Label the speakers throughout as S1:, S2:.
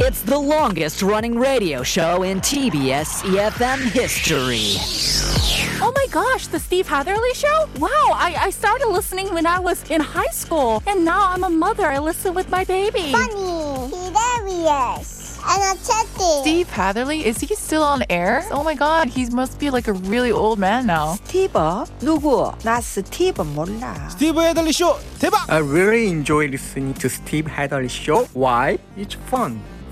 S1: It's the longest running radio show in TBS EFM E history.
S2: Oh my gosh, the Steve Hatherley show? Wow, I, I started listening when I was in high school, and now I'm a mother. I listen with my baby.
S3: funny, hilarious, energetic.
S4: Steve Hatherley, is he still on air? Oh my god, he must be like a really old man now.
S5: 스티브? 누구? 나 스티브 몰라.
S6: 스티브 헤들리 쇼 대박!
S7: I really enjoy listening to Steve Hadley show. Why? It's fun,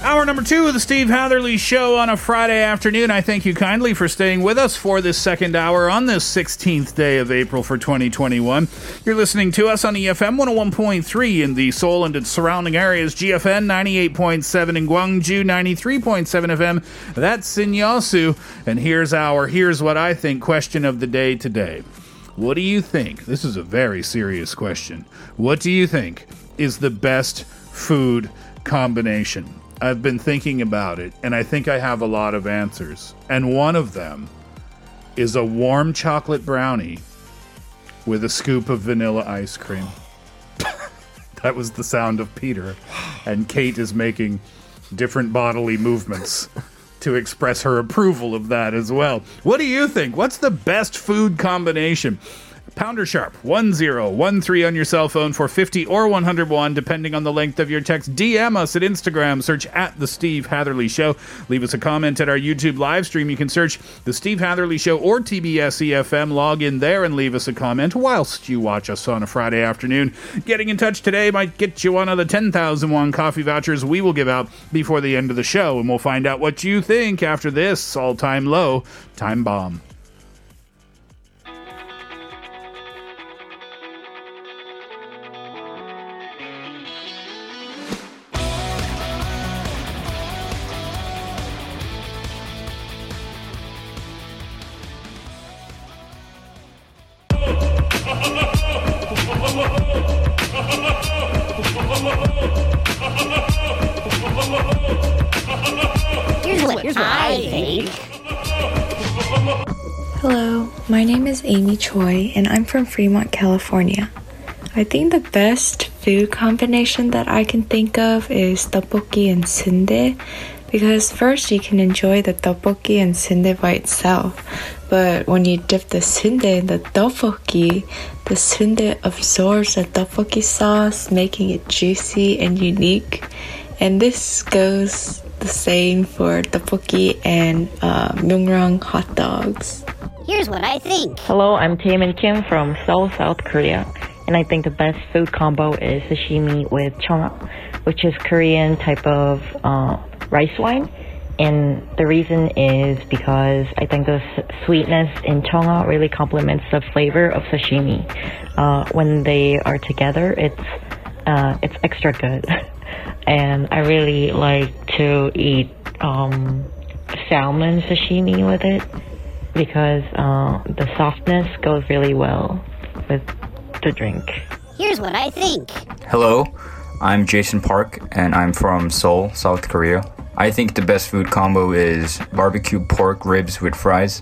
S8: Hour number two of the Steve Hatherley Show on a Friday afternoon. I thank you kindly for staying with us for this second hour on this 16th day of April for 2021. You're listening to us on E EFM 101.3 in the Seoul and its surrounding areas, GFN 98.7 in Gwangju, 93.7 FM. That's Sinyasu. And here's our Here's What I Think question of the day today. What do you think? This is a very serious question. What do you think is the best food combination? I've been thinking about it, and I think I have a lot of answers. And one of them is a warm chocolate brownie with a scoop of vanilla ice cream. that was the sound of Peter, and Kate is making different bodily movements to express her approval of that as well. What do you think? What's the best food combination? Pounder sharp 1013 on your cell phone for 50 or 101, depending on the length of your text. DM us at Instagram, search at The Steve Hatherley Show. Leave us a comment at our YouTube live stream. You can search The Steve Hatherley Show or TBS EFM. E Log in there and leave us a comment whilst you watch us on a Friday afternoon. Getting in touch today might get you one of the 10,000 won coffee vouchers we will give out before the end of the show, and we'll find out what you think after this all time low time bomb.
S1: Here's what, here's what I think.
S9: Hello, my name is Amy Choi and I'm from Fremont, California. I think the best food combination that I can think of is tteokbokki and sundae because first you can enjoy the tteokbokki and sundae by itself, but when you dip the sundae in the tteokbokki, the sundae absorbs the tteokbokki sauce, making it juicy and unique. And this goes the same for tteokbokki and uh, myeongrang hot dogs.
S3: Here's what I think.
S10: Hello, I'm Taemin Kim from Seoul, South Korea, and I think the best food combo is sashimi with chonga, which is Korean type of uh, rice wine. And the reason is because I think the s- sweetness in chonga really complements the flavor of sashimi. Uh, when they are together, it's uh, it's extra good, and I really like to eat um, salmon sashimi with it because uh, the softness goes really well with the drink.
S3: Here's what I think.
S7: Hello, I'm Jason Park, and I'm from Seoul, South Korea. I think the best food combo is barbecue pork ribs with fries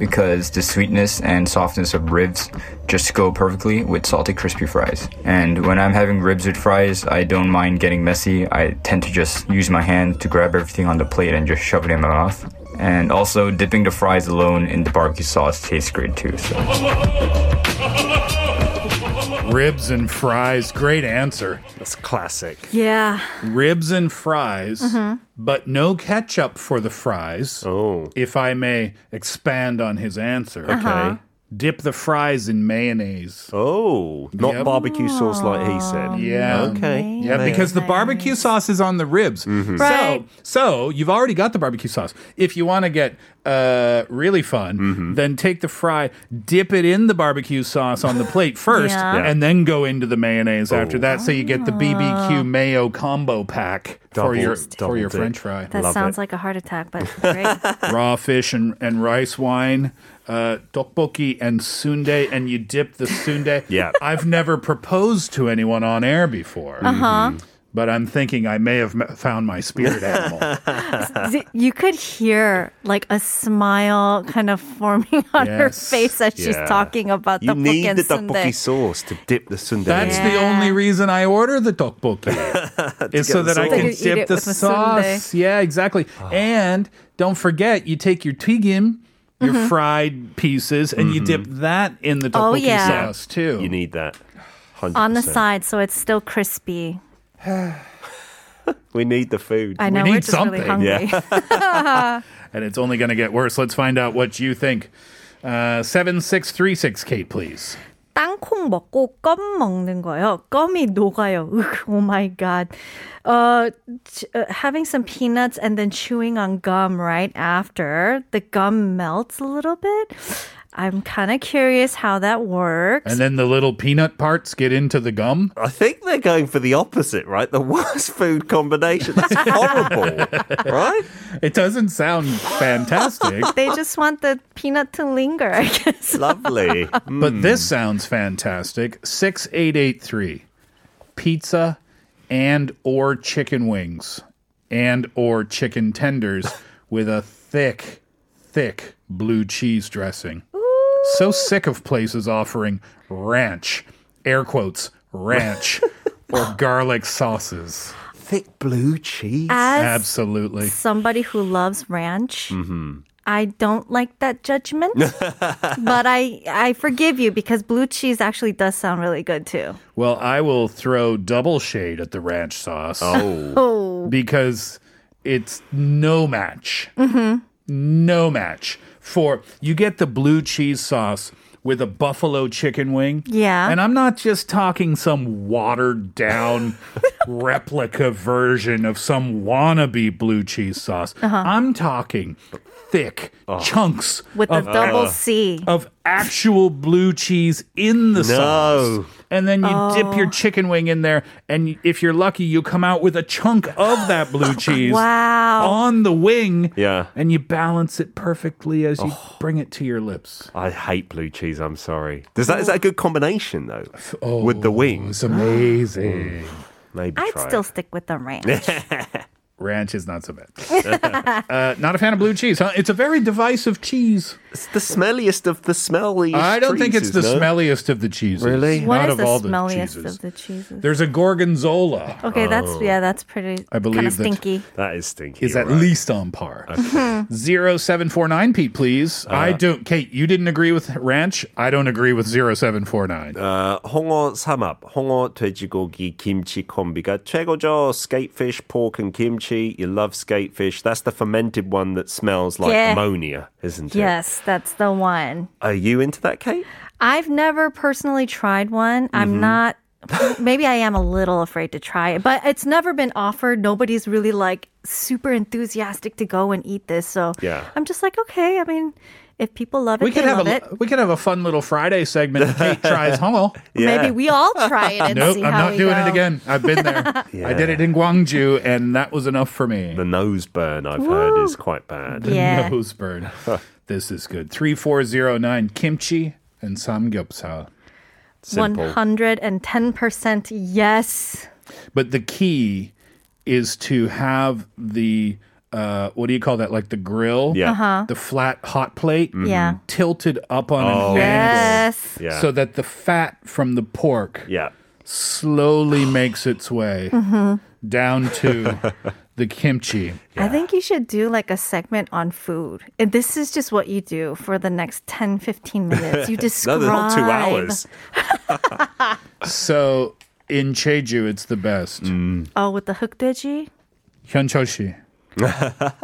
S7: because the sweetness and softness of ribs just go perfectly with salty, crispy fries. And when I'm having ribs with fries, I don't mind getting messy. I tend to just use my hand to grab everything on the plate and just shove it in my mouth. And also, dipping the fries alone in the barbecue sauce tastes great too. So.
S8: Ribs and fries. Great answer.
S6: That's classic.
S2: Yeah.
S8: ribs and fries, but no ketchup for the fries.
S6: Oh,
S8: If I may expand on his answer,
S6: okay.
S8: dip the fries in mayonnaise.
S6: Oh, not
S8: Yep.
S6: barbecue sauce like he said.
S8: Yeah.
S6: Okay.
S8: Yeah, because the barbecue sauce is on the ribs.
S2: Right.
S8: So, so you've already got the barbecue sauce. If you want to get uh, really fun,
S6: Mm-hmm.
S8: then take the fry, dip it in the barbecue sauce on the plate first,
S2: Yeah.
S6: Yeah.
S8: and then go into the mayonnaise after
S6: Oh.
S8: that. So you get the
S2: Oh.
S8: BBQ mayo combo pack for
S6: Double-
S8: your
S6: double
S8: for your
S6: dip.
S8: French fry.
S2: That
S6: Love
S2: sounds
S6: it.
S2: like a heart attack, but great.
S8: raw fish and, and rice wine uh, tteokbokki and sundae, and you dip the sundae.
S6: Yeah.
S8: I've never proposed to anyone on air before.
S11: Uh-huh.
S6: Mm-hmm.
S11: Mhm.
S8: But I'm thinking I may have m- found my spirit animal.
S11: Th- You could hear like a smile kind of forming on her
S6: Yes.
S11: face as she's
S6: Yeah.
S11: talking about
S6: You
S11: the book
S6: need
S11: Mm. and
S6: the
S11: sundae.
S6: tteokbokki sauce to dip the sundae.
S8: That's the only reason I order the tteokbokki. is so
S6: get the
S8: that I
S6: sauce.
S8: can
S6: So you eat
S8: dip
S6: it
S8: the
S6: with the sundae.
S8: sauce. Yeah, exactly.
S11: Ah.
S8: And don't forget, you take your tigim, your
S11: Mhm.
S8: fried pieces, and you dip that in the
S11: Oh,
S8: tteokbokki
S11: yeah.
S8: sauce too. You
S6: need that.
S11: on the side, so it's still crispy.
S6: We need the food.
S11: I know,
S8: we
S11: are
S8: need
S11: just
S8: something.
S11: really hungry.
S8: and it's only going to get worse. Let's find out what you think. Uh, 7636, Kate, please.
S11: 땅콩 먹고 껌 먹는 거요. 껌이 녹아요. Ugh, oh my god. Uh, ch- uh, having some peanuts and then chewing on gum right after. The gum melts a little bit. I'm kind of curious how that works.
S8: And then the little peanut parts get into the gum.
S6: I think they're going for the opposite, right? The worst food combination. That's horrible, right?
S8: It doesn't sound fantastic.
S11: they just want the peanut to linger, I guess.
S6: Lovely.
S8: But this sounds fantastic. 6883. Pizza and or chicken wings and or chicken tenders with a thick thick blue cheese dressing. So sick of places offering ranch, air quotes, ranch or garlic sauces.
S6: Thick blue cheese.
S11: As
S8: Absolutely.
S11: Somebody who loves ranch.
S8: Mhm.
S11: I don't like that judgment, but I I forgive you because blue cheese actually does sound really good too.
S8: Well, I will throw double shade at the ranch sauce.
S11: Oh. Oh.
S8: Because it's no match.
S11: Mm-hmm.
S8: No match for you get the blue cheese sauce with a buffalo chicken wing.
S11: Yeah.
S8: And I'm not just talking some watered down replica version of some wannabe blue cheese sauce.
S11: Uh-huh.
S8: I'm talking thick chunks
S11: With the
S8: of
S11: double C.
S8: of actual blue cheese in the
S6: No.
S8: sauce. And then you dip your chicken wing in there, and if you're lucky, you come out with a chunk of that blue cheese
S11: Wow.
S8: on the wing.
S6: Yeah. Oh.
S8: And you balance it perfectly as you bring it to your lips.
S6: I hate blue cheese. I'm sorry. Does that is that a good combination though?
S8: Oh.
S6: with the wings, it's
S8: amazing.
S6: Maybe
S11: I'd
S6: try
S11: still
S6: it.
S11: stick with the ranch.
S8: Ranch is not so bad. uh, not a fan of blue cheese, huh? It's a very divisive cheese.
S6: It's the smelliest of the smelliest.
S8: I don't think it's the
S6: cheeses, no?
S8: smelliest of the cheeses.
S6: Really?
S11: What
S8: not
S11: is
S8: of
S11: the
S8: all the
S11: smelliest
S8: cheeses.
S11: of the cheeses?
S8: There's a gorgonzola.
S11: okay, that's yeah, that's pretty.
S8: Oh. I believe
S11: kind of
S8: that-
S11: stinky.
S6: That is stinky.
S8: Is at least on par.
S11: Mhm.
S8: 0749, Pete, please.
S6: Uh-huh.
S8: I don't, Kate, you didn't agree with ranch. I don't agree with 0749.
S6: 어, 홍어 삼합, 홍어 돼지고기 김치 콤비가 최고죠. Skatefish, pork and kimchi. You love skatefish. That's the fermented one that smells like
S11: Yeah.
S6: ammonia, isn't it?
S11: Yes, that's the one.
S6: Are you into that, Kate?
S11: I've never personally tried one.
S8: Mm-hmm.
S11: I'm not. Maybe I am a little afraid to try it, but it's never been offered. Nobody's really like super enthusiastic to go and eat this. So
S8: Yeah.
S11: I'm just like, okay. I mean, if people love it,
S8: We
S11: they
S8: could have
S11: love
S8: a
S11: it.
S8: we could have a fun little Friday segment. Kate tries hongo.
S11: Maybe we all try it and
S8: nope,
S11: see
S8: I'm
S11: how
S8: not
S11: we
S8: doing
S11: go.
S8: it again. I've been there. I did it in Guangzhou, and that was enough for me.
S6: The nose burn I've heard is quite bad.
S8: The nose burn. this is good. Three four zero nine kimchi and samgyeopsal.
S11: One hundred and ten percent yes.
S8: But the key is to have the uh, what do you call that? Like the grill,
S11: Yeah. Uh-huh.
S8: the flat hot plate,
S11: Yeah.
S8: tilted up on
S11: Oh.
S8: an angle,
S11: Yes.
S6: Yeah.
S8: so that the fat from the pork,
S6: yeah.
S8: slowly makes its way
S11: Mhm.
S8: down to the kimchi.
S11: I think you should do like a segment on food. And this is just what you do for the next 10, 15 minutes. You describe.
S8: so in Jeju, it's the best.
S11: Oh, with the 흑돼지?
S8: 현철 씨,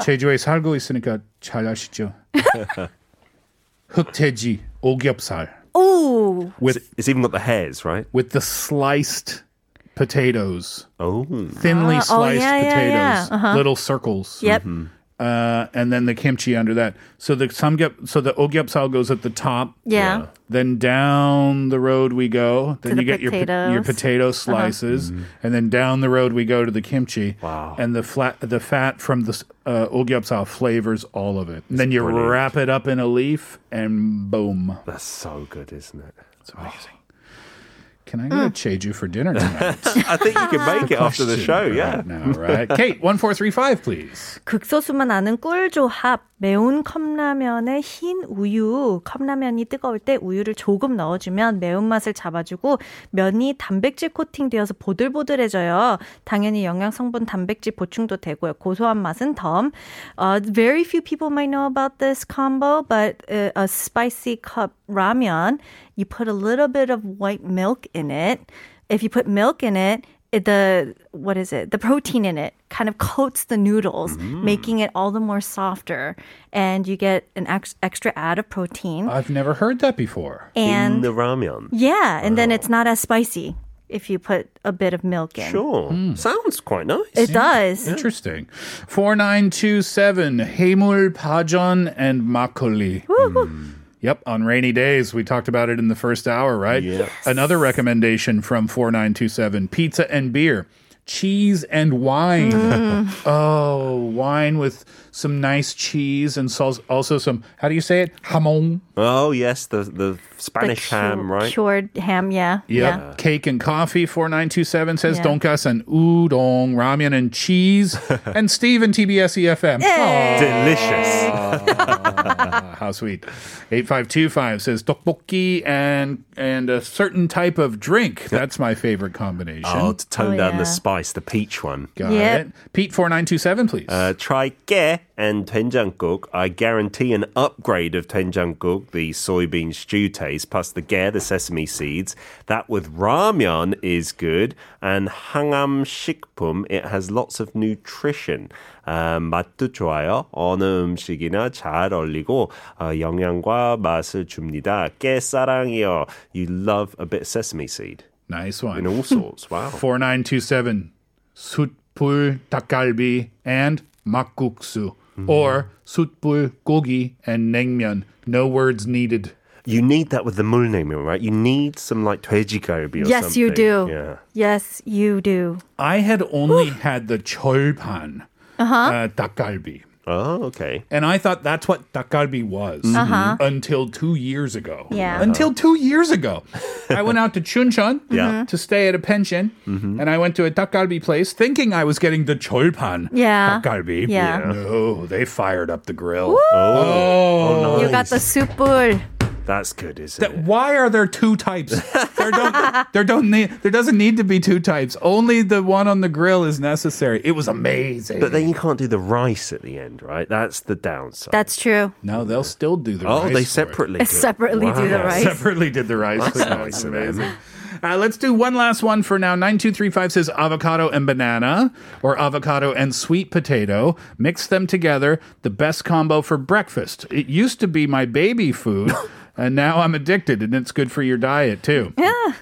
S8: 제주에 살고 있으니까 잘 아시죠? 흑돼지 오겹살
S11: Ooh.
S8: with
S6: it's, it's even got the hairs, right?
S8: with the sliced potatoes.
S6: Oh,
S8: thinly
S11: Ah, oh,
S8: sliced
S11: yeah, yeah,
S8: potatoes,
S11: yeah. Uh-huh.
S8: little circles.
S11: Yep.
S8: uh, and then the kimchi under that. So the samgyeop, so the ogyapsal goes at the top.
S11: Yeah. Yeah.
S8: Then down the road we go. Then
S11: the
S8: you get your po-
S11: potatoes.
S8: your
S11: Uh-huh.
S8: potato slices, and then down the road we go to the kimchi.
S6: Mm-hmm. Wow.
S8: And the flat the fat from the s- uh, ogyapsal flavors all of it. And then you
S6: brilliant.
S8: wrap it up in a leaf, and boom.
S6: That's so good, isn't it?
S8: It's amazing. Can I go
S11: Mm.
S8: to Jeju for dinner tonight?
S6: I think you can make it after the
S8: question
S6: show,
S8: right
S6: yeah.
S8: now, right? Kate, 1435, please.
S11: 극소수만 아는 꿀조합 매운 컵라면에 흰 우유 컵라면이 뜨거울 때 우유를 조금 넣어주면 매운맛을 잡아주고 면이 단백질 코팅되어서 보들보들해져요 당연히 영양성분 단백질 보충도 되고요 고소한 맛은 덤 uh, Very few people might know about this combo but uh, a spicy cup ramen you put a little bit of white milk in it if you put milk in it, it the what is it? The protein in it kind of coats the noodles,
S8: Mm.
S11: making it all the more softer, and you get an ex- extra add of protein.
S8: I've never heard that before.
S6: In
S11: and
S6: the ramyun.
S11: yeah, and then it's not as spicy if you put a bit of milk in.
S6: Sure.
S8: Hmm.
S6: Sounds quite nice.
S11: It does.
S8: Interesting. 4927, Hamul Pajon and Makoli. Mm. Yep, on rainy days. We talked about it in the first hour, right?
S6: Yes.
S8: Another recommendation from 4927 pizza and beer, cheese and wine.
S11: Mm.
S8: oh, wine with some nice cheese and sal- also some, how do you say it? Jamon.
S6: Oh, yes, the, the Spanish ham, right?
S11: Cured ham, yeah.
S8: Yep.
S11: Yeah.
S8: Cake and coffee, 4927 says
S11: Yeah.
S8: donkas and udon, ramen and cheese. and Steve and TBS EFM.
S6: Delicious.
S8: Ah, how sweet. 8525 says tteokbokki and and a certain type of drink. That's my favorite combination.
S6: Oh, to tone
S11: Oh,
S6: down
S11: yeah.
S6: the spice, the peach one.
S8: Got
S11: Yep.
S8: it. Pete 4927 please.
S6: Uh, try ge and doenjangguk. I guarantee an upgrade of doenjangguk, the soybean stew taste, plus the ge, the sesame seeds. That with ramyun is good. And hangam shikpum, it has lots of nutrition. 아, 맛도 좋아요. 어느 음식이나 잘 어울리고 어, 영양과 맛을 줍니다. 깨 사랑이요. You love a bit of sesame seed
S8: nice one.
S6: in all sorts. Wow.
S8: 4927 sutpul takalbi and makguksu
S6: Hmm.
S8: or sutpul gogi and naengmyeon. No words needed.
S6: You need that with the mulnaemyeon, right? You need some like twejigobi or
S11: Yes,
S6: something.
S11: you do.
S6: Yeah.
S11: Yes, you do.
S8: I had only had the cholpan uh-huh. uh, dakgalbi.
S6: Oh, okay.
S8: And I thought that's what dakgalbi was until two years ago.
S11: Yeah.
S8: Until two years ago. I went out to Chuncheon
S6: Yeah.
S8: to stay at a pension. And I went to a dakgalbi place thinking I was getting the cholpan
S11: Yeah.
S8: dakgalbi.
S11: Yeah. Yeah.
S8: No, they fired up the grill.
S6: Oh, nice.
S11: You got the soup bowl.
S6: That's good, isn't it?
S8: That- why are there two types? There don't, there don't need, there doesn't need to be two types. Only the one on the grill is necessary. It was amazing.
S6: But then you can't do the rice at the end, right? That's the downside.
S11: That's true.
S8: No, they'll still do the
S6: oh,
S8: rice
S6: they
S8: for
S6: separately do
S8: it.
S6: it.
S11: Separately do the
S6: Wow.
S11: rice.
S8: separately did the rice.
S6: That's
S8: for that.
S6: nice
S8: It's
S6: of them.
S8: amazing. Uh, let's do one last one for now. 9235 says avocado and banana or avocado and sweet potato. Mix them together. The best combo for breakfast. It used to be my baby food, and now I'm addicted, and it's good for your diet too.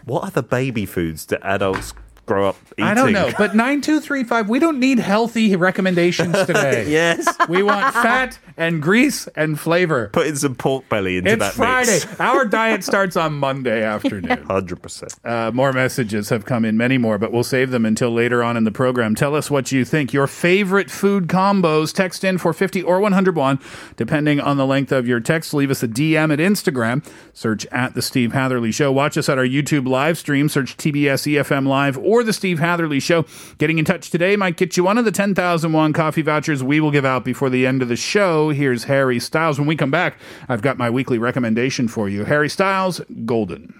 S6: What are the baby foods that adults grow up eating?
S8: I don't know, but 9235, we don't need healthy recommendations today.
S6: yes.
S8: We want fat and grease and flavor.
S6: Put in some pork belly into that
S8: It's Friday.
S6: mix.
S8: Our diet starts on Monday afternoon.
S6: 100%.
S8: Uh, more messages have come in, many more, but we'll save them until later on in the program. Tell us what you think. Your favorite food combos. Text in for 50 or 101, depending on the length of your text. Leave us a DM at Instagram. Search at The Steve Hatherley Show. Watch us at our YouTube live stream. Search TBS EFM E Live or The Steve Hatherley Show. Getting in touch today might get you one of the 10,000 won coffee vouchers we will give out before the end of the show. Here's Harry Styles. When we come back, I've got my weekly recommendation for you Harry Styles, Golden.